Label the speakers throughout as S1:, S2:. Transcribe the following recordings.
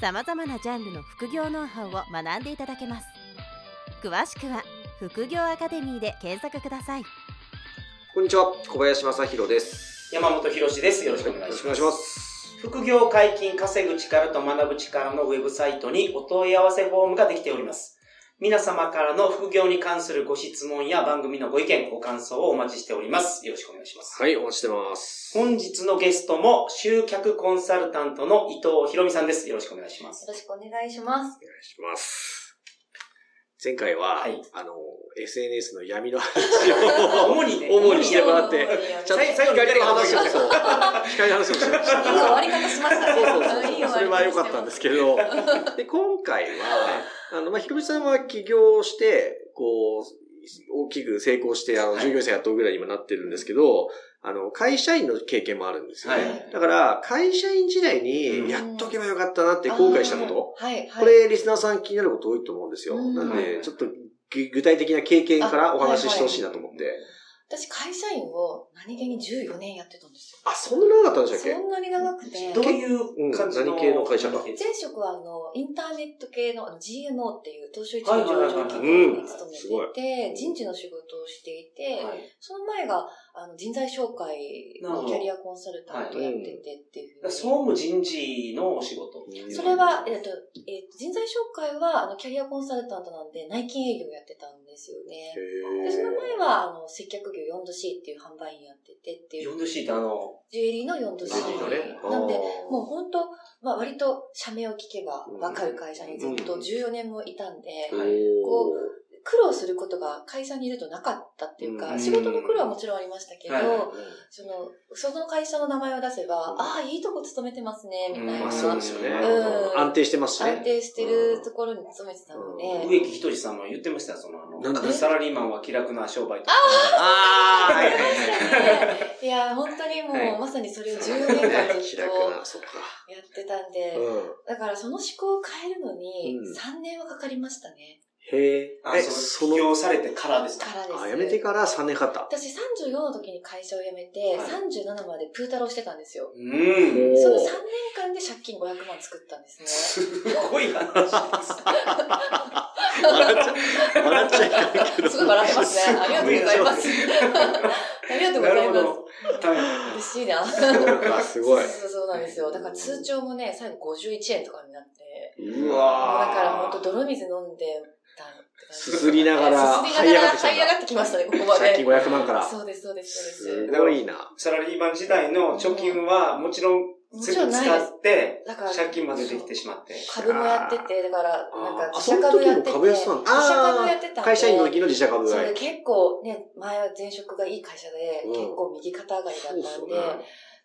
S1: さまざまなジャンルの副業ノウハウを学んでいただけます詳しくは「副業アカデミー」で検索ください
S2: こんにちは、小林正弘です。
S3: 山本博史です。よろしくお願いし
S2: よ
S3: ま
S2: ろし
S3: す。
S2: くお願いします。
S3: 副業解禁稼ぐ力と学ぶ力のウェブサイトにお問い合わせフォームができております。皆様からの副業に関するご質問や番組のご意見、ご感想をお待ちしております。よろしくお願いします。
S2: はい、お待ちしてます。
S3: 本日のゲストも集客コンサルタントの伊藤博美さんです。よろしくお願いします。
S4: よろしくお願いします。
S2: お願いします。前回は、
S3: はい
S2: あの、SNS の闇の話 を、
S3: 主にね、
S2: 主にしてもらっ
S4: い
S2: て
S4: やいやいや、
S2: ちゃんと
S3: 最後に
S2: 光の話を、
S3: 光
S2: そう、光の話をしました。
S4: いい終わり方しまし
S2: そ
S4: たね。
S2: うそうそう
S4: いい終わり方してます
S2: それは良かったんですけど、で、今回は、あの、まあ、ひろみさんは起業して、こう、大きく成功して、あの、
S3: はい
S2: 従業員さん雇うぐらいに今なってるんですけど、あの、会社員の経験もあるんですよね。
S3: はい
S2: だから、会社員時代
S3: うん
S2: に、やっとけばよかったなって後悔したこと、
S4: あーはい、はい。
S2: これ、リスナーさん気になること多いと思うんですよ。
S4: うん
S2: なん
S3: う
S2: で、
S3: ん
S2: ちょっと、ぎ具体的な経験から
S4: あ
S2: お話ししてほしいなと思って。
S4: 私、会社員を何気に14年やってたんです
S2: あ、そんな長かったんで
S4: よ。
S2: したっ
S4: そんなに長くて
S3: どう。いう感じの、
S2: うん何系の会社か
S4: 前職は、あの、インターネット系のあの GMO っていう、東証一部上場
S2: は
S4: 企
S2: いはいはいうん
S4: 業に勤めていて、人事の仕事をしていて、
S3: はい
S4: その前が、あの、人材紹介のキャリアコンサルタントやっててっていうふうに。
S3: 総務人事のお仕事。
S2: け
S4: それは、えっと、えっと、人材紹介は、あの、キャリアコンサルタントなんで、内勤営業やってたんですよね。で、その前は、あの、接客業 4°C っていう販売員やっててっていう、
S3: 4C ってあの、
S4: ジュエリーの 4°C。
S3: ジュエリーのね
S4: なんで、もう
S2: も
S4: 本当まあ割と社名を聞けばわかる会社にずっと14年もいたんで、
S3: う
S4: こ苦労することが会社にいるとなかったっていう
S2: う
S4: か、
S2: ん
S4: 仕事の苦労はもちろんありましたけ
S3: はい
S4: ど、その、その会社の名前を出せば、ああ、いいとこ勤めてますね、みたい
S2: ま
S4: な
S2: あ、。そうですよね。
S4: うん
S2: 安定してますしね。
S4: 安定してるところに勤めてたので、
S3: 植木ひとりさんも言ってましたよ、その、あ
S2: なんだ
S3: の、サラリーマンは気楽な商売とか。
S2: ああ、はいはい
S4: いや、本当にもう、
S3: はい
S4: まさにそれを14年
S2: は
S4: 間
S2: い。気
S4: ずっと
S2: 楽な、そっか。
S4: やってたんで、
S2: うん。
S4: だからその思考を変えるのに
S2: うん、
S4: 3年はかかりましたね。
S2: へえ。
S3: あ
S2: え、
S3: そ
S2: そ
S3: の、起
S2: の、
S3: 業されてからですか
S4: からです。
S2: あ、辞めてから3年経った。
S4: 私34の時に会社を辞めて、
S3: はい
S4: 37までプータローしてたんですよ。
S3: うん。
S4: その
S2: お
S4: 3
S2: ー
S4: 年間で借金500万作ったんです ね。
S3: すごい話です。
S2: 笑っちゃ、笑っちゃいかんけど。
S4: すごい笑ってますね。ありがとうございます。ありがとうご
S3: な
S4: ざ
S3: る
S4: い
S3: ほ
S4: ます。
S3: ど。は
S4: 嬉しいな。
S2: そうか、すごい。
S4: そうそうなんですよ。だから通帳もね、最後51円とかになって。
S2: う
S4: だ
S2: わー
S4: から本当泥水飲んでたって感じ
S2: すすりながら、
S4: す
S2: 這
S4: す
S2: い
S4: り
S2: 上
S4: なが
S2: が
S4: ら
S2: ってきた
S4: 這い
S2: んだ。
S4: 上がってきましたね、ここま
S2: 借金
S4: で。
S2: 500万から。
S4: そうです、そうです、そう
S2: す
S4: です。
S2: ごいな。
S3: いサラリーマン時代の貯金はもちろん
S4: もち
S3: 全
S4: ろん
S3: 部
S4: ない
S3: 使って、
S4: だから、
S3: 借金までできてしまって。
S4: 株もやってて、だから、
S2: あー
S4: なんか、
S2: あそ
S4: 自社
S2: の
S4: 株
S2: 時
S4: やって
S2: も
S4: て、
S2: 株安なん
S4: 自社株やってたんで。
S2: 会社員の時の自社株
S4: そ
S2: 買い
S4: れ。結構ね、前は前職がいい会社で、
S2: うん
S4: 結構右肩上がりだったん
S2: そうっ
S4: で、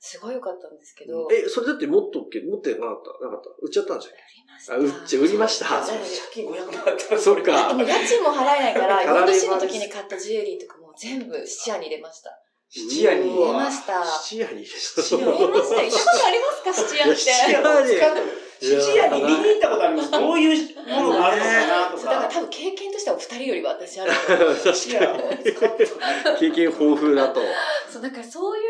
S4: すごい良かったんですけど、
S2: え、それだって持っとっけ持ってなかったなかった売っちゃったんじゃないあ、
S4: 売
S2: 売
S4: り
S2: っ
S4: まし
S2: ち
S4: た。
S2: ゃ、売りました。
S4: そう
S3: 借金500万あったら
S2: そっ
S4: だ って
S2: か
S4: も。う家賃も払えない から、
S2: 駆られ
S4: 4
S2: ます
S4: 年の時に買ったジュエリーとかも全部質屋に入れました。
S3: 質屋に
S2: う
S4: 入
S2: わ
S4: れました。
S2: 質屋に質
S3: 質
S4: 入れました。 行ったことありますか質屋っ
S2: いや質
S4: て。
S2: 屋に
S3: 使って質屋に見に行ったことあります。どういうものがあるのかなと
S4: そうだから
S3: か。
S4: 多分経験としてはお二人よりは私ある。
S2: 確
S3: 質屋を使ってた
S2: かに。経験豊富だと。
S4: そう、だからそういう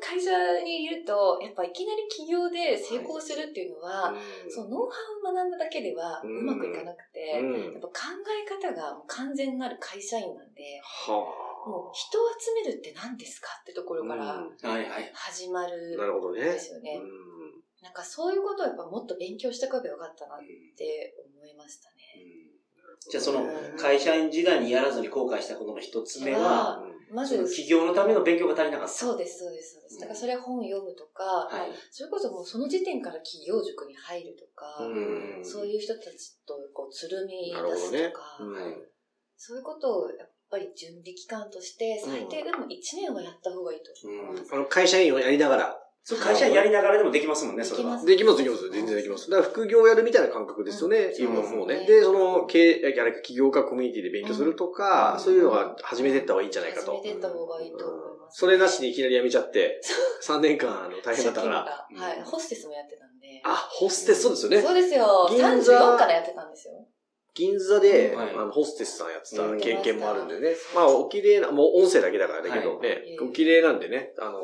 S4: 会社にいると、やっぱいきなり起業で成功するっていうのは、そう、ノウハウを学んだだけではう
S2: うん
S4: まくいかなくて、
S2: うん
S4: やっぱ考え方がもう完全なる会社員なんで、もう
S2: は
S4: 人を集めるって何ですかってところか
S2: う
S4: ら
S2: ん
S3: はいはい。
S4: 始ま
S2: あ。
S4: る
S2: なるほど
S4: んで
S2: ね。
S4: すよ
S2: う
S4: ね。
S2: ん
S4: なんかそういうことをやっぱもっと勉強しておけばよかったなって思いましたね。
S3: じゃあその
S2: うん
S3: 会社員時代にやらずに後悔したことの一つ目は、
S4: ま
S3: そ
S4: ず
S3: の、起業のための勉強が足りなかった。
S4: そうです、そうです、そうです。だからそれ本読むとか、
S3: はい。
S4: それこそもうその時点から企業塾に入るとか、
S2: うん
S4: そういう人たちとこうつるみ
S2: なるほ
S4: 出
S2: ど
S4: す
S2: ね
S4: とか、。
S2: うん
S4: そういうことをやっぱり準備期間として最低でも1年はやった方がいいと思います。
S2: あの会社員をやりながら、
S3: そう会社やりながらでもできますもんね、
S4: で
S3: それ
S4: きま
S3: は。
S4: す
S2: できます、できます。全然できます。だから副業やるみたいな感覚ですよね、
S3: うん
S2: 今もうね。
S4: そうですね
S2: で、その、経営、あれか、企業かコミュニティで勉強するとか、
S4: うん
S2: そういうのは始めてった方がいいんじゃないかと。
S4: 始めてった方がいいと思います。
S2: それなしにいきなり辞めちゃって、3年間あの大変だったから。
S4: 借金がはい。ホステスもやってたんで。
S2: あ、ホステス、そうですよね。
S4: そうですよ。
S2: 銀座
S4: 34からやってたんですよ。
S2: 銀座で、
S3: はい
S2: あのホステスさんやってた経験もあるんでね。まあ、お綺麗な、もう音声だけだからだけどね、
S4: はい
S2: お綺麗なんでね、あの、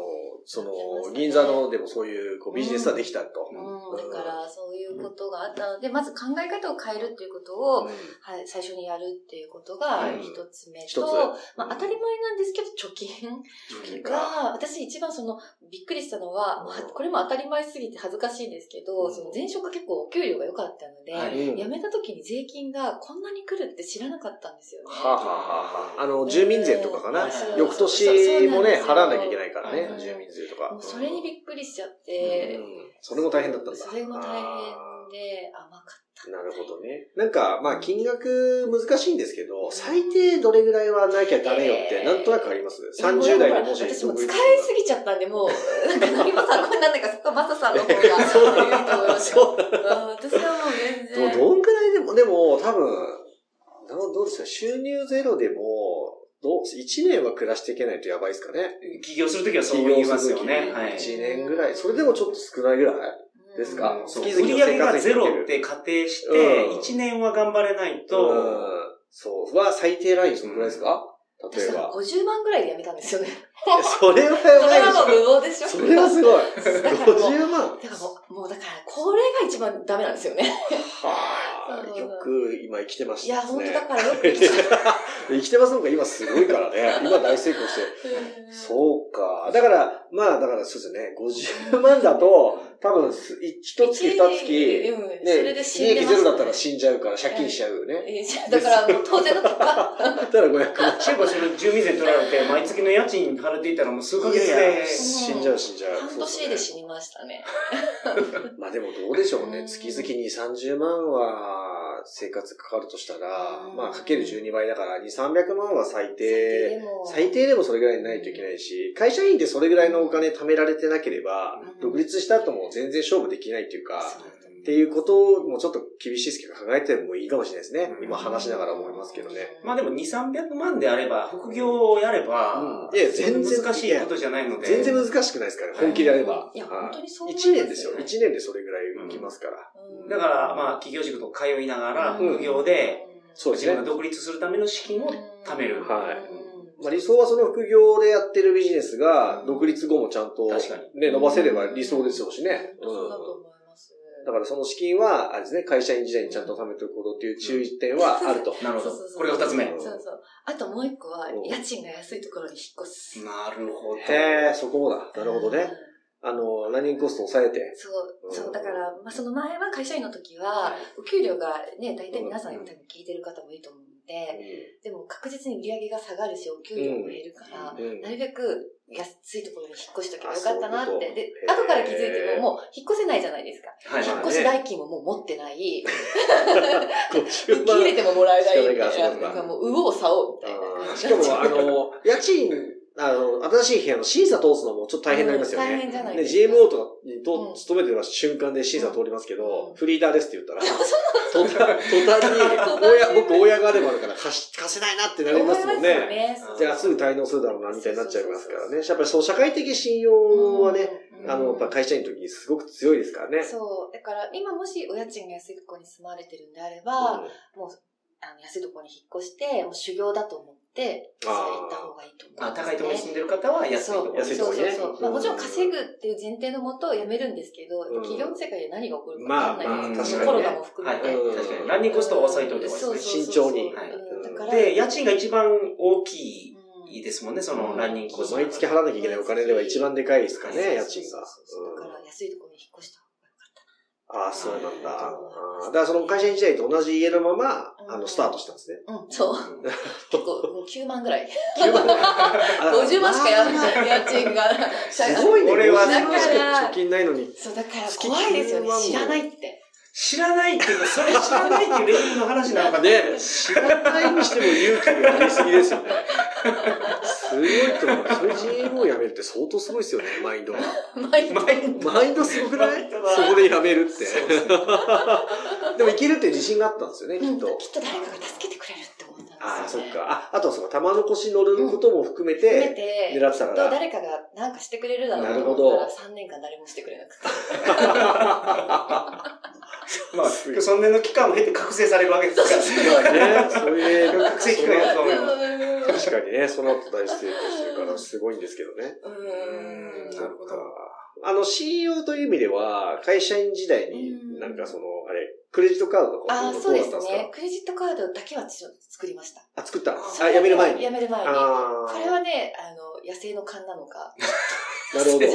S2: その
S4: やってまし、たね
S2: 銀座のでもそういうこうビジネスはできたと。
S4: うん。だから、そういうことがあったので、まず考え方を変えるっていうことを、
S2: うん
S4: はい、最初にやるっていうことが
S2: うん
S4: 一つ目
S2: 一
S4: と、
S2: つ
S4: まあ当たり前なんですけど、貯金
S2: 貯金か。
S4: が、私一番その、びっくりしたのは、
S2: うん
S4: はこれも当たり前すぎて恥ずかしいんですけ
S2: う
S4: ど、
S2: ん
S4: その前職結構お給料が良かったので、
S3: は
S2: うん
S4: 辞めた時に税金がこんなに来るって知らなかったんですよね。
S2: はあ、はあはあ、あの、住民税とかかな
S3: え。ー
S2: 翌年もね、払わなきゃいけ
S4: い。
S2: ないからね、
S4: はい
S2: 住民税とか。
S4: もうそれにびっくりしちゃっ
S2: う
S4: て、
S2: んそれも大変だったんだ。
S4: それも大変
S2: あー
S4: で、甘かった。
S2: なるほどね。なんか、まあ、金額難しいんですけど、最低どれぐらいはなきゃダメよって、
S4: えー
S2: なんとなくあります
S4: いや
S2: ?30 代
S4: もう
S2: でもし。
S4: 私もう使
S2: ぎ
S4: いすぎちゃったん で、もう、なんか何も参考になんないから、そこはマサさんの方が、
S2: そう
S4: いいと思いますよ
S2: そう
S4: うん私はもう全
S2: ど、
S4: 然。
S2: どんぐらいでも、でも、多分、どうどうですか収入ゼロでも、どう、1年は暮らしていけないとやばいですかね。
S3: 起業するときはそう言いますよね。はい。
S2: 1年ぐらい。それでもちょっと少ないぐらいですか
S3: うんそう
S2: 月
S3: 売
S2: 々の
S3: り
S2: 生活
S3: 上
S2: 費
S3: げがゼロって仮定して、
S2: うん
S3: 1年は頑張れないと、
S2: うんそう。は、最低ラインそのぐらいですか例
S4: 私
S2: え
S4: は
S2: ば。
S4: 50万ぐらいでやめたんですよ ね。
S2: いやそれは
S4: そ
S2: やば
S4: れ
S2: いで
S4: はもう
S2: し
S4: 無謀でしょ。
S2: ょ。それはすごい。50万。
S4: だからもう、もうだから、これが一番ダメなんですよね。
S2: は
S4: そう
S2: あ、
S4: そう
S2: よく今生きてま
S4: い
S2: し
S4: や、
S2: たです
S4: 本
S2: ね。
S4: 当だからよく言っちゃった。
S2: 生きてますのが今すごいからね。 今大成功してる。そうか。だから、まあ、だからそうですよね。50万だと、多分す、い一月、二月、
S4: うん、そ
S2: ね、
S4: れで
S2: 利
S4: 死んで
S2: 益
S4: ま
S2: ゼ
S4: す
S2: ロだったら死んじゃうから借金しちゃうよね。
S4: えじゃあだからもう当然の結果。
S2: だったら500万。
S3: 結構その住民税取られて、毎月の家賃払っていたらもう数ヶ月
S2: いやいや
S3: で、
S2: 死んじゃう死んじゃう。
S4: 半年で死にましたね。
S2: まあでもどうでしょう
S4: う
S2: ね。
S4: ん
S2: 月々に30万は生活かかるとしたら
S4: う、ん
S2: まあかける12倍だから2、300万は最低。
S4: も
S2: 最低でもそれぐらいにないといけないし、会社員でそれぐらいのお金貯められてなければ、
S4: うん
S2: 独立した後も全然勝負できないっていうか、
S4: そう
S2: っていうこともちょっと厳しいですけど考えてもいいかもしれないですね。
S3: うん
S2: 今話しながら思いますけどね。。
S3: まあでも2、300万であれば、副業をやれば、
S2: うんいや全然
S3: そんな難しいことじゃないので。
S2: 全然難しくないですから、本気でやれば。
S4: いや、
S2: は
S4: 本当にそう思いま
S2: 1年ですよ。1
S4: ね
S2: 年でそれぐらいいきますから。
S4: うん
S3: だから、まあ、企業塾とか通いながら、
S2: うん
S3: 副業で、、
S2: そうです
S3: 自
S2: ね
S3: 分が独立するための資金を貯める。
S2: はい
S4: い
S2: まあ、理想はその副業でやってるビジネスが、独立後もちゃんと、
S3: 確かに
S2: ね、伸ばせれば理想ですよしね。
S4: 本当そうだと
S2: うん
S4: 思います。
S2: だからその資金は、あれですね、会社員時代にちゃんと貯めておくことっていう注意点はあると。
S3: なるほど
S4: そうそう。そう
S3: これが2つ目。な
S2: うん
S4: そうそう。あともう一個は
S2: うん、
S4: 家賃が安いところに引っ越す。
S3: るほど。
S2: へえ、そこもだ。なるほど
S4: うん
S2: ね。。あの、ランニングコストを抑えて。
S4: そう、
S2: う
S4: そ
S2: ん
S4: う、だから、まあ、その前は会社員の時
S3: は
S4: は、お給料がね、大体皆さん
S2: うん
S4: 多分聞いてる方もいいと思うんで、でも確実に売り上げが下がるし、お給料も減るから、
S2: うんうん
S4: なるべく安いところに引っ越しとけばよかったな
S2: あ
S4: っ
S2: そういう
S4: て。
S2: こと
S4: で
S2: へ、ー
S4: 後から気づいても、もう引っ越せないじゃないですか。
S3: はい
S4: 引っ
S2: こ
S4: 越し代金ももう持ってない、
S2: 50
S4: 受け入れてももらえないみ
S2: 仕
S4: た
S2: 方
S4: い
S2: ない
S4: な、
S2: か
S4: なんかもう、右往左往みたいな。
S2: あーしか も、あの、家賃、あの、新しい部屋の審査通すのもちょっと大変になりますよね。
S4: うん大変じゃない
S2: ね、
S4: ですか
S2: GMO とかにと、
S4: うん
S2: 勤めてる瞬間で審査通りますけど、
S4: うん
S2: フリーダーですって言ったら、途 端途端に、親、僕、親があればあるから貸し、貸せないなってなりますもん
S4: 思い
S2: ね。
S4: ますよ
S2: じゃあすぐ滞納するだろうな、みたいになっちゃいますからね。やっぱりそう、社会的信
S4: そう
S2: 用はね、
S4: うん
S2: あの、やっぱ会社員の時にすごく強いですからね。
S4: そう。だから、今もしお家賃が安いところに住まれてるんであれば、もう、あの、安いところに引っ越して、もう修行だと思って、それ行った方がいいと思います、
S3: あ、
S4: ね。
S3: 高いところに住んでる方は安いところ
S2: 安いところに
S4: そう
S2: ね
S4: そうそう。まあ、もちろん稼ぐっていう前提のもと辞めるんですけど、
S2: ん
S4: 企業の世界で何が起こるかわか
S2: まあ
S4: んない
S2: まあ
S4: で
S2: 確か
S4: す
S2: にね
S4: コロナも含めて。
S3: はい
S2: うん
S3: 確かに。ランニングコストを抑えておいてです
S4: そう
S3: ね。
S4: そうそう
S2: 慎重に
S3: はい
S4: うんだから、
S3: で、家賃が一番大き
S4: うん
S3: いですもんね、そのランニングコスト。
S2: 毎月払わなきゃいけないお金では一番でかいですか
S4: そうそう
S2: ね、家賃が。
S4: そうだから、安いところに引っ越した
S2: ああ、そうなんだ。
S4: はい
S2: あーだからその会社員時代と同じ家のまま、あの、スタートしたんですね。
S4: 方が。うん、そう。 結構、もう9万ぐらい。
S2: 9万
S4: 50万しかやら
S2: い。
S4: ない家賃が。
S2: すごいね、
S3: 俺
S2: 50
S3: は
S2: 万し
S4: だか
S2: から貯金ないのに。
S4: そう、だから怖いですよね。知らないって。
S3: 知らないっていうか、それ知らないっていうレベルの話なのか
S2: ね、知らないにしても勇気がありすぎですよね。すごいと思う。そういう GM を辞めるって相当すごいですよね、マインドは。
S4: マインド。
S3: マインド
S2: マインドすごくな
S3: マイ
S2: い
S3: ン
S2: そ
S3: ドだ
S2: こで辞めるって。
S3: そうですね
S2: でもいけるって自信があったんですよね、きっ
S4: うん
S2: と。
S4: きっと誰かが助けてくれるって思ったんですよ、ね。
S2: ああ、そっか。あ、あとはそっか、玉の腰乗ることも含め
S4: 含め
S2: て、
S4: て、
S2: 狙ってたか
S4: と
S2: ら。
S4: 誰かが何かしてくれるだろうと思ったら3年間誰もしてくれなくて。
S3: まあ、そんなの期間を経て覚醒されるわけですから。
S2: いやね、そういう映画
S3: 覚醒期間やと思います。
S2: 確かにね、その後大成功してるからすごいんですけどね。
S4: う
S2: うん
S4: ん。
S2: なるほど。あの、CEO という意味では、会社員時代
S4: う
S2: に、
S4: ん
S2: なんかその、あれ、クレジットカードとか
S4: あ
S2: も
S4: あ、
S2: ど
S4: そう
S2: う
S4: で
S2: だっ
S4: す
S2: たんです
S4: ね
S2: か。
S4: クレジットカードだけはちょっと作りました。
S2: あ、作った。
S3: そ
S2: あ、辞める前に。
S4: 辞める前に。こ
S2: ああ。
S4: れはね、あの、野生の勘なの か、
S2: なるほど。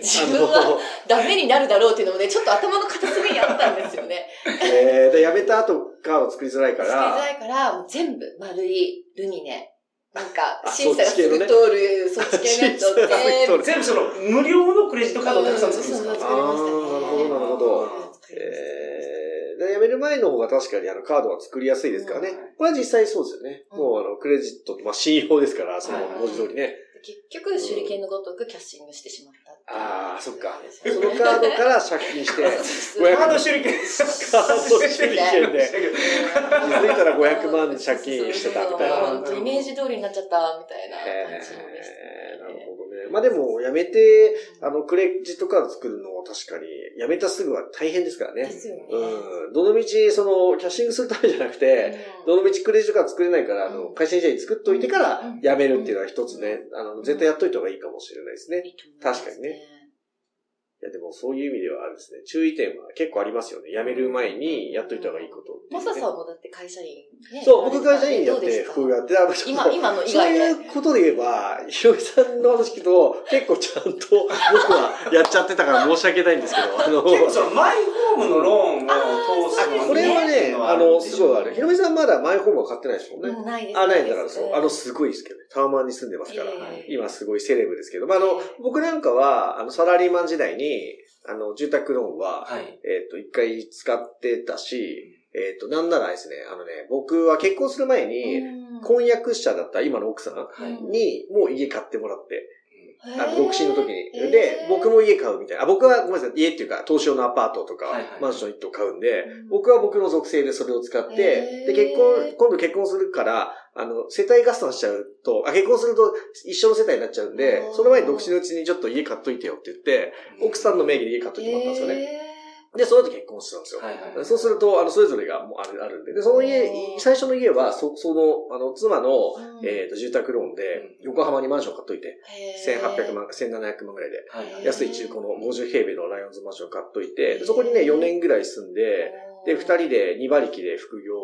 S4: 自分 はダメになるだろうっていうのもね、ちょっと頭の片隅にあったんですよね。
S2: えー、で、辞めた後、カード作りづらいか
S4: 作りづ
S2: ら、
S4: らいから、もう全部、丸い、ルミネ、なんか、
S2: あ
S4: 審査がすぐ通る、そっち系のやつ を全部
S3: 全部その、無料のクレジットカードをたくさん作るんです
S4: そうそう
S3: か
S4: 作りましたね。
S2: あーなるほどなる
S3: ほど
S4: 作りました
S2: えー、で辞める前の方が確かにあのカードは作りやすいですからね。
S3: うん
S2: これは実際そうですよね。
S4: うん
S2: もうあの、クレジット、まあ、信用ですから、その文字通りね。
S4: 結局、手裏剣のごとくキャッシングしてしまったっていう
S2: ああ、そっか。そ
S4: そう
S2: のカー ドから借金して、
S4: そう
S2: 500
S3: カード手裏剣。カ
S2: ード手裏剣で気づいたら500万借金してたみたいな。
S4: そうそうそう本当イメージ通りになっちゃった、みたいな
S2: へ
S4: 感じでした
S2: ーなる
S4: ね。
S2: ほどね。まあでも、辞めて、あの、クレジットカード作るのは確かに、辞めたすぐは大変ですからね。
S4: ですよね。
S2: うん。どの道、その、キャッシングするためじゃなくて、どの道クレジットカード作れないから、あの、会社時代に作っといてから
S4: うん
S2: 辞めるっていうのは一つね、あの、絶対やっといた方がいいかもしれないですね。い確かにね。や、でもそういう意味ではあれですね、注意点は結構ありますよね。辞める前にやっといた方がいいことってい
S4: マ
S2: うね、
S4: サさんもだって会社員ね。
S2: そう、僕会社員やって、副
S4: 副
S2: 業やって、あの、
S4: 今、今の以
S2: そう
S4: 外
S2: い
S4: で。
S2: うことで言えば、ひろみさんの話聞くと、結構ちゃんと 僕はやっちゃってたから申し訳ないんですけど、あの、
S3: 結構その、マイホームのローンを通すの
S2: あ
S3: に
S2: これはね、あの、すごいある。ひろみさんまだマイホームは買ってないですもんね。
S4: うんないです。
S2: あ、ないんだからそう。あの、す
S4: ご
S2: ごいですけどね。タワマンに住んでますから
S4: いやいやいや。
S2: 今すごいセレブですけど。まあ、あの、僕なんかは、あの、サラリーマン時代に、あの、住宅ローンは、
S3: はい。
S2: えっと、一回使ってたし、えっと、なんならあれですね、あのね、僕は結婚する前に、婚約者だった今の奥さん
S3: はい。
S2: に、もう家買ってもらって、
S4: あ
S2: あの、独身の時に。で、僕も家買うみたいな。あ、僕は、ごめんなさい、家っていうか、東証のアパートとか
S3: はいは、い
S2: マンション一棟買うんで
S4: うん、
S2: 僕は僕の属性でそれを使って、
S4: へー
S2: で、結婚、今度結婚するから、あの、世帯合算しちゃうと、あ、結婚すると一緒の世帯になっちゃうんで
S4: あ、ー
S2: その前に独身のうちにちょっと家買っといてよって言って、奥さんの名義で家買っといてもらったんですよね。で、その後結婚したんですよ。
S3: はいはい。
S2: そうすると、あの、それぞれがもうある、あるんで。で、その家
S4: う、ん
S2: 最初の家は、そ、その、あの、妻の、
S4: うん
S2: えっと、住宅ローンで、
S3: うん
S2: 横浜にマンション買っといて、
S4: へー
S2: 1800万、1700万ぐらいで。
S3: はいはい。
S2: 安い中古の50平米のライオンズマンションを買っといて、でそこにね、4年ぐらい住んで、で、2人で2馬力で副業、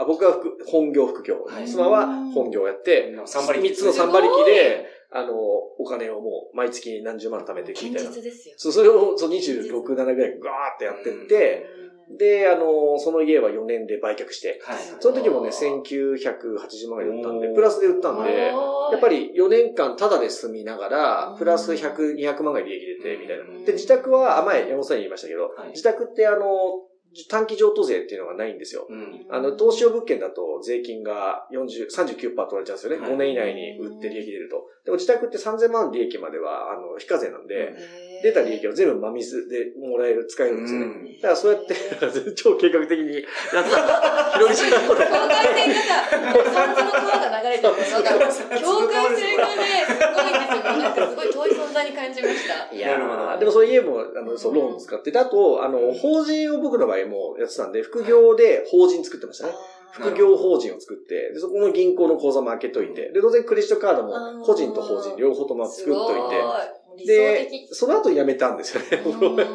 S2: あ、僕は副本業副業、
S3: はい
S2: 妻は本業やって、
S3: 三馬力
S2: 3つの3馬
S4: す
S2: 力
S4: ごい
S2: で、あの、お金をもう毎月何十万貯めていくみ
S4: 堅
S2: たいな。
S4: 実ですよ。
S2: そう、それをそう26、7ぐらいガーってやってって、で、あの、その家は4年で売却して、
S3: はい。
S2: その時もね、1980万円だったんで、
S3: おー
S2: プラスで売ったんで、や
S4: や
S2: っぱ、り4年間タダで住みなが
S4: う
S2: ら
S4: ん、
S2: プラス100、200万が利益出て、みたいな
S3: う。ん
S2: で、自宅は、あ前、山本さんに言いましたけど
S3: はい、
S2: 自宅ってあの、短期譲渡税っていうのがないんですよ。
S3: うん。
S2: あの、投資用物件だと税金が40、39%取られちゃうんですよね。
S3: はい
S2: 5年以内に売って利益出ると。でも自宅って3000万利益までは、あの、非課税なん
S3: う
S2: で
S3: ん、
S2: 出た利益を全部真水でもらえる、使えるんですよね。だからそうやって、 超計画的にやった。ひろみさん、これ
S4: 境。界線がさ、そっちの川が流れてるのが、なんか、境界線がね、すごいんですよ。なんかすごい遠い存在に感じました。
S2: いや
S3: なるほど
S2: ーでもそう家も、あの、そう、ローン使って、であと、あの、法人を僕の場合もやってたんで、副業で法人作ってましたね。
S3: なる
S2: 副業法人を作って、で、そこの銀行の口座も開けといて、で、当然クレジットカードも個人と法人両方とも作っとい
S4: い
S2: て、で、その後辞めたんですよね。
S4: 理想的。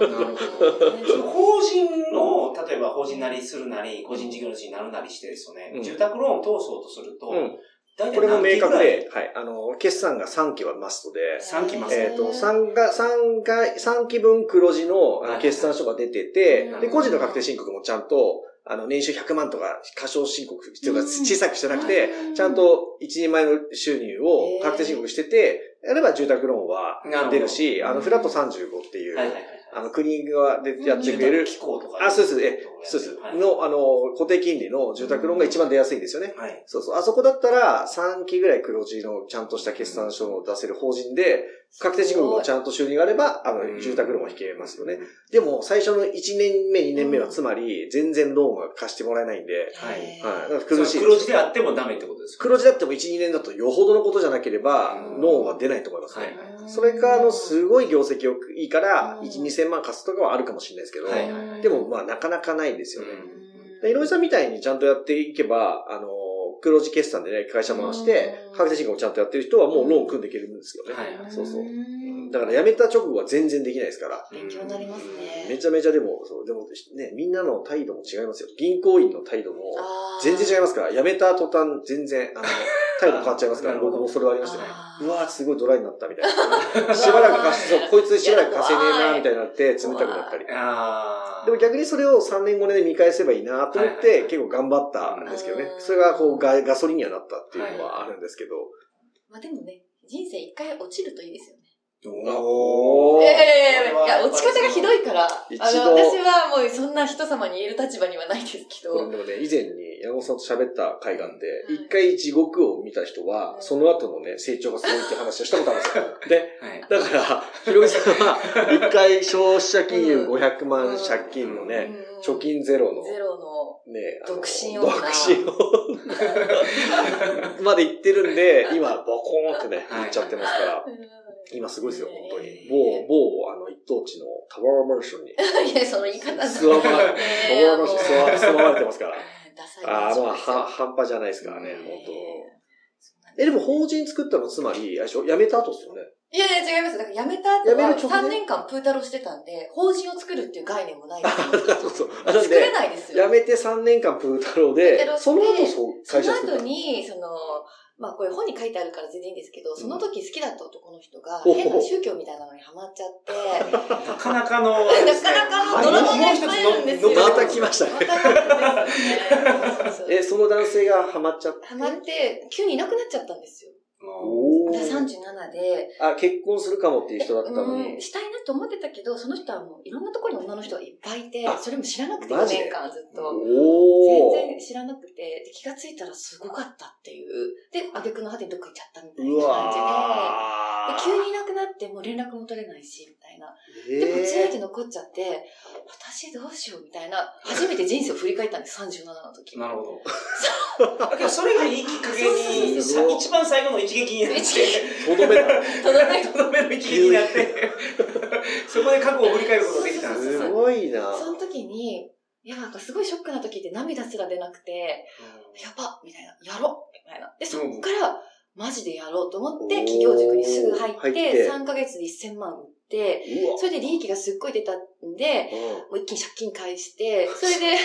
S3: そ の法人の、例えば法人なりするなり、個人事業主になるなりしてですよね、
S2: うん
S3: 住宅ローンを通そうとすると、
S2: うん
S3: 大体
S2: これも
S3: 何
S2: 明
S3: 期ぐ
S2: 確
S3: らい
S2: で、はい、あの、決算が3期はマストで、
S3: 三期まで
S2: えっ、と、
S4: 三
S2: 3が、三が、三期分黒字のあ
S3: は
S2: の
S3: い
S2: 決算書が出てて
S4: う、ん
S2: で、個人の確定申告もちゃんと、あの、年収100万とか、過小申告必要が
S4: うん
S2: 小さくしてなくて、
S4: て
S2: ちゃん、と一人前の収入を確定申告してて、やれば住宅ローンは
S3: なるほど
S2: 出るし、あの、
S4: うん
S2: フラット35ってい、
S3: はいはいうはい。
S2: あの、国がでやってくれる。
S3: 機構とか。
S2: あ、そうです。え、そうです。
S3: はい
S2: の、あの、固定金利の住宅ローンが一番出やすいんですよね。
S3: はい。
S2: そうそう。あそこだったら、3期ぐらい黒字のちゃんとした決算書を出せる法人で、確定申告もちゃんと収入があれば、あ
S3: うん
S2: の、住宅ローンも引けますよね。。でも、最初の1年目、2年目は、つまり、全然ローンは貸してもらえないんで、
S3: はい
S4: へ
S2: は
S4: ー
S2: い。だから
S3: 黒
S2: 苦し
S3: 字。
S2: い。
S3: 黒字であってもダメってことですよね
S2: 黒字だっても1、2年だとよほどのことじゃなければ
S3: う、ん
S2: ローンは出ないと思います
S3: は
S2: ね
S3: い。
S2: それか、あの、すごい業績よくいいから、
S4: うん
S2: 1、2千万貸すとかはあるかもしれないですけど、
S3: はいはいはい
S2: でも、まあ、なかなかないんですよね。
S3: うん
S2: で井上さんみたいにちゃんとやっていけば、あの、黒字決算でね、会社回して
S4: う、ん
S2: 確定申告をちゃんとやってる人はもうローン組んでいけるんですよね。
S3: はい
S4: ん
S2: そうそうんだから辞めた直後は全然できないですから。
S4: 勉強になりますね。
S2: めちゃめちゃでも、そう、でもね、みんなの態度も違いますよ。銀行員の態度も、
S4: あー
S2: 全然違いますから、辞めた途端、全然、あ の、態度変わっちゃいますか
S3: な
S2: ら、
S3: るほど
S2: 僕もそれはありましたね。
S4: あー
S2: うわーすごいドライになったみたい な。しばらく貸し、そうこいつしばらく貸せねえな、みたいになって、冷たくなったり。
S3: ああ。
S2: でも逆にそれを3年5年で見返せばいいなと思っ
S3: はいはい
S2: て、結構頑張ったんですけどね
S4: う。ん
S2: それがこうガガソリンにはなったっていうのはあるんですけど。
S4: まあでもね、人生一回落ちるといいですよね。
S2: おー
S4: いやいやい
S3: これは
S4: やいや、落ち方がひどいから、あの、
S2: 一度
S4: 私はもうそんな人様に言える立場にはないですけ
S2: これ
S4: ど。
S2: でもね、以前に山本さんと喋った回があって
S4: うん、
S2: 一回地獄を見た人は、その後のね、成長がすごいって話をしたことあるんですよ。で、
S3: はい。
S2: だから、ひろみさんは、一回消費者金融500万借金のね、
S4: うん
S2: 貯金ゼロの、
S4: ゼロの。
S2: ね、あの
S4: 独身女
S2: 独身女まで行ってるん で、今、ボコーンってね、
S3: はい
S2: 行っちゃってますから。
S4: うん
S2: 今すごいですよ、本当
S4: え
S2: に
S4: え。
S2: 某、某、あの、一等地のタワーマンションに、
S4: いや、その言い方だ。
S2: スワマ、タワ
S4: え
S2: ーマンションに座ら住まわれてますから。
S4: ダサいな
S2: ああ、まあ、
S4: そう
S2: は、半端じゃないですから
S4: です
S2: ね、
S4: よ
S2: 本当。
S4: え
S2: え、でも法人作ったのつまり、あれでしょ辞めた後ですよね。
S4: いやいや、違います。だから辞めた後
S2: 辞める
S4: は
S2: 直前
S4: 3年間プータローしてたんで、法人を作るっていう概念もないですよ。
S2: そうそう。 あなん
S4: 作れ
S2: で、
S4: ないです
S2: 辞
S4: よ。
S2: めて3年間プータロー
S4: プー
S2: で
S4: タロー、して
S2: その後、そう、
S4: そ
S2: 会社
S4: の
S2: 作っ
S4: 後
S2: た。
S4: に、その、まあこれ本に書いてあるから全然いいんですけど、その時好きだった男の人が
S2: うん
S4: 変な宗教みたいなのにハマっちゃって、
S3: なかなかの、な
S4: なかなかのドラマがいっぱいあるんですよ。
S2: また来ましたね
S4: また来てですね。
S2: え、その男性がハマっちゃって。
S4: ハマって、急にいなくなっちゃったんですよ。
S2: お
S4: だから
S2: ー
S4: 37で、
S2: あ、結婚するかもっていう人だったの
S4: う
S2: に
S4: ん。したいなと思ってたけど、その人はもういろんなところに女の人がいっぱいいて
S2: あ、
S4: それも知らなくて、4
S2: マジで
S4: 年間ずっと。
S2: お
S4: 全然
S2: ー
S4: 知らなくて、で気がついたらすごかったっていう。で、挙句の果てにどっか行っちゃったみたいうな感
S2: わ
S4: じで。で、急にいなくなって、もう連絡も取れないし、みたいな。
S2: 急
S4: で、こっちだけ残っちゃって、私どうしようみたいな。初めて人生を振り返ったんです、37の時。
S3: なるほど。だけどそれがいいきっかけに、
S2: そうそうそうそう
S3: 一番最後の一撃になって、
S4: 一撃
S2: と どめた。
S4: ただね
S3: とどめの一撃になって、そこで過去を振り返ることができたんです
S2: す
S3: ね。
S2: ごいな。
S4: その時に、いや、なんかすごいショックな時って涙すら出なくて、やばみたいな、やろうみたいな。で、そっから、マジでやろうと思って、
S2: おー
S4: 企業塾にすぐ入って、
S2: 入って
S4: 3ヶ月で1000万売って、
S2: うわ
S4: それで利益がすっごい出たんで、
S2: う
S4: もう一気に借金返して、それ で、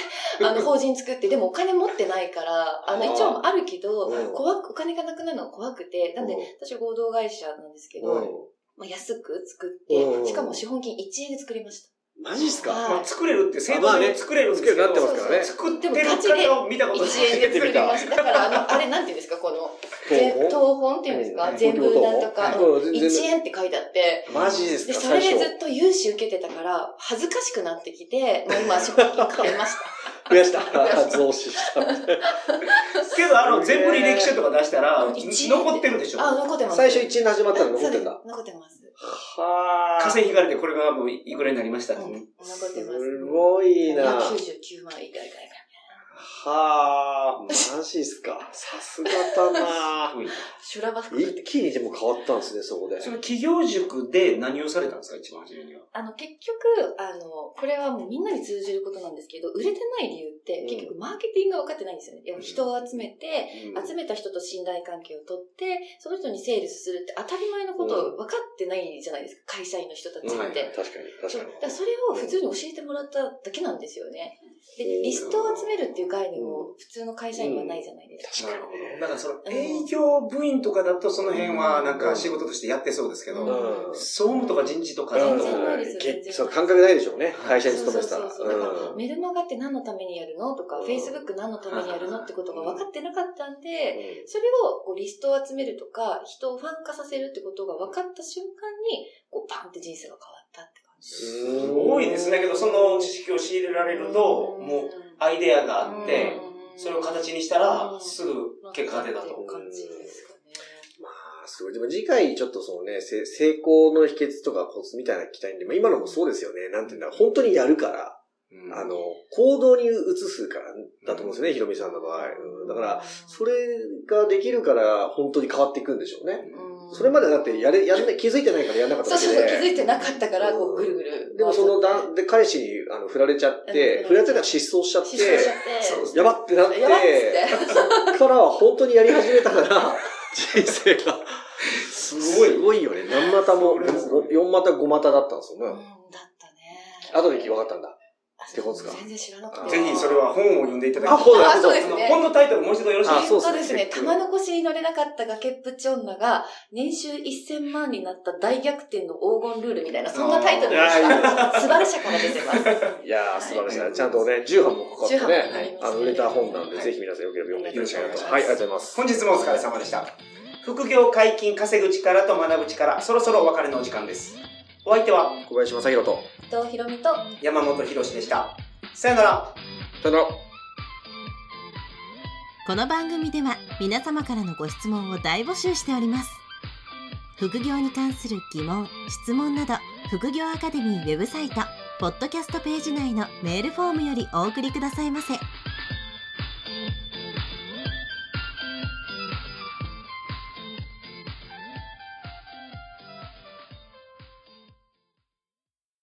S4: あの、法人作って、でもお金持ってないから、あの、
S2: あー
S4: 一応あるけど
S2: うん、
S4: 怖く、お金がなくなるのが怖くて、なんで、私合同会社なんですけ
S2: うん
S4: ど、まあ、安く作
S2: う
S4: っ
S2: ん
S4: て、しかも資本金1円で作りました。
S2: マジっす
S4: はい
S2: か
S3: まあ、作れるって、制度上作れるんですけど、
S2: まあね作れるようになってます
S3: 作ってる方を見 たこ
S4: 1
S3: とない。
S4: 円で作りました。だから、あの、あれなんていうんですか、この、
S2: 東
S4: ぜ
S2: 宝
S4: 東本っていうんですか、
S3: うん
S4: 全部なんと
S3: 東
S4: か、
S2: 宝
S4: うん
S2: 東宝全然
S4: 1円って書いてあって、
S2: マジです
S4: で、
S2: か
S4: それ
S2: 最
S4: で
S2: 初
S4: ず。っと融資受けてたから、恥ずかしくなってきて、もう今、資本金買いました。
S2: 増や した。増資した。
S3: けど、あの、全部履歴書とか出したら、
S4: 一
S3: 残ってるでしょ
S4: あ、残ってます。
S2: 最初1円で始まったの残
S4: そ
S2: っ
S4: う
S2: て
S4: で
S2: ん
S4: す
S2: だ。
S4: 残ってます。
S2: は
S3: 火星引かれて、これがもういくらになりましたってね。
S4: 残ってます。
S2: すごいな。
S4: 299万以外か
S2: はあ、マジっすか。さすがだな。
S4: 修羅場服って
S2: 一。気にでも変わったんですね、そこで。
S3: その企業塾で何をされたんですか、一番初めには。
S4: あの、結局、あの、これはもうみんなに通じることなんですけど、売れてない理由って、結局マーケティングが分かってないんですよね。いや人を集めて、集めた人と信頼関係を取って、その人にセールスするって当たり前のことを分かってないじゃないですか、会社員の人たちって。
S2: うん
S3: はい
S2: 確かに、確
S4: そう
S2: か
S4: だ
S2: に。
S4: からそれを普通に教えてもらっただけなんですよね。で、リストを集めるっていう概念も普通の会社員はないじゃないですか。
S2: 確
S3: なる
S2: か
S3: ほ
S2: に
S3: ど。
S2: ね
S3: だからその営業部員とかだとその辺はなんか仕事としてやってそうですけ
S4: う
S3: ど、
S4: ん
S3: 総務とか人事とかだ
S4: 全
S3: と、
S4: 然ないですよ
S2: け
S4: 全然ない
S2: そう感覚ないでしょうね。
S3: はい
S2: 会社に勤めてたら。
S4: そうそうそうそうだ
S2: うん
S4: メルマガって何のためにやるのとか、
S2: うん
S4: Facebook 何のためにやるのってことが分かってなかったんで、
S2: う
S4: それをこうリストを集めるとか、人をファン化させるってことが分かった瞬間に、こうバンって人生が変わったって感じ。
S3: すごいですね。だけど、その知識を仕入れられると、もう、アイデアがあって、それを形にしたら、すぐ結果が出たと。
S4: 感じですかね。
S2: まあ、すごい。でも次回ちょっとそのね、せ成功の秘訣とかコツみたいなの聞きたいんで、まあ今のもそうですよね。なんていうんだ、本当にやるから、あの、行動に移すからだと思うんですよね、ひろみさんの場合。うんだから、それができるから本当に変わっていくんでしょうね。
S4: うん
S2: それまでだってやれ、やんな気づいてないからやんなかった
S4: そう
S2: わけで。
S4: そうそう、気づいてなかったから、こう、ぐるぐる。
S2: でもそのだ、で、彼氏にあの振られちゃって、
S4: うん
S2: 振られてから失踪しちゃって、
S4: 失踪しちゃって。
S2: やばってなって、
S4: やばっつ って。
S2: そっからは本当にやり始めたから、人生が。
S3: す
S2: すごい。よね。何股も、4股5股だったんです
S4: うん、だ
S2: よ
S4: っ
S2: ね。
S4: たね。
S2: 後で分かったんだ。
S4: あ
S2: てことですか
S4: 全然知らなかった。
S3: ぜひ、それは本を読んでいただき
S2: あ、
S3: たい
S2: ほら、
S4: あそうで
S3: あ
S4: す
S3: の
S4: ね
S3: 本のタイトルもう一度よろしい
S2: あ
S3: ですか
S2: そう
S4: そうですね。
S2: 結局
S4: 玉の腰に乗れなかった崖っぷち女が、年収1000万になった大逆転の黄金ルールみたいな、そんなタイトルでし
S2: あーい
S4: た。素晴らしいから出てます。
S2: いやー、素晴らしいな。ちゃんとね、10版もかかって
S4: 10版かかり
S2: ね
S4: まし、た
S2: あ
S4: ね
S2: の、売れた本なんで、
S3: はい
S2: ぜひ皆さんよければ読んでいただきたいなと。
S3: よろしくお
S2: は
S3: 願
S2: い、
S3: い
S2: ありがとうご
S3: します
S2: ざいます。
S3: 本日もお疲れ様でした副業解禁稼ぐ力と学ぶ力そろそろお別れのお時間ですお相手は
S2: 小林正宏と、
S4: 伊藤ひろみと、
S3: 山本博史でしたさよなら
S2: さよなら。
S1: この番組では皆様からのご質問を大募集しております副業に関する疑問・質問など副業アカデミーウェブサイトポッドキャストページ内のメールフォームよりお送りくださいませ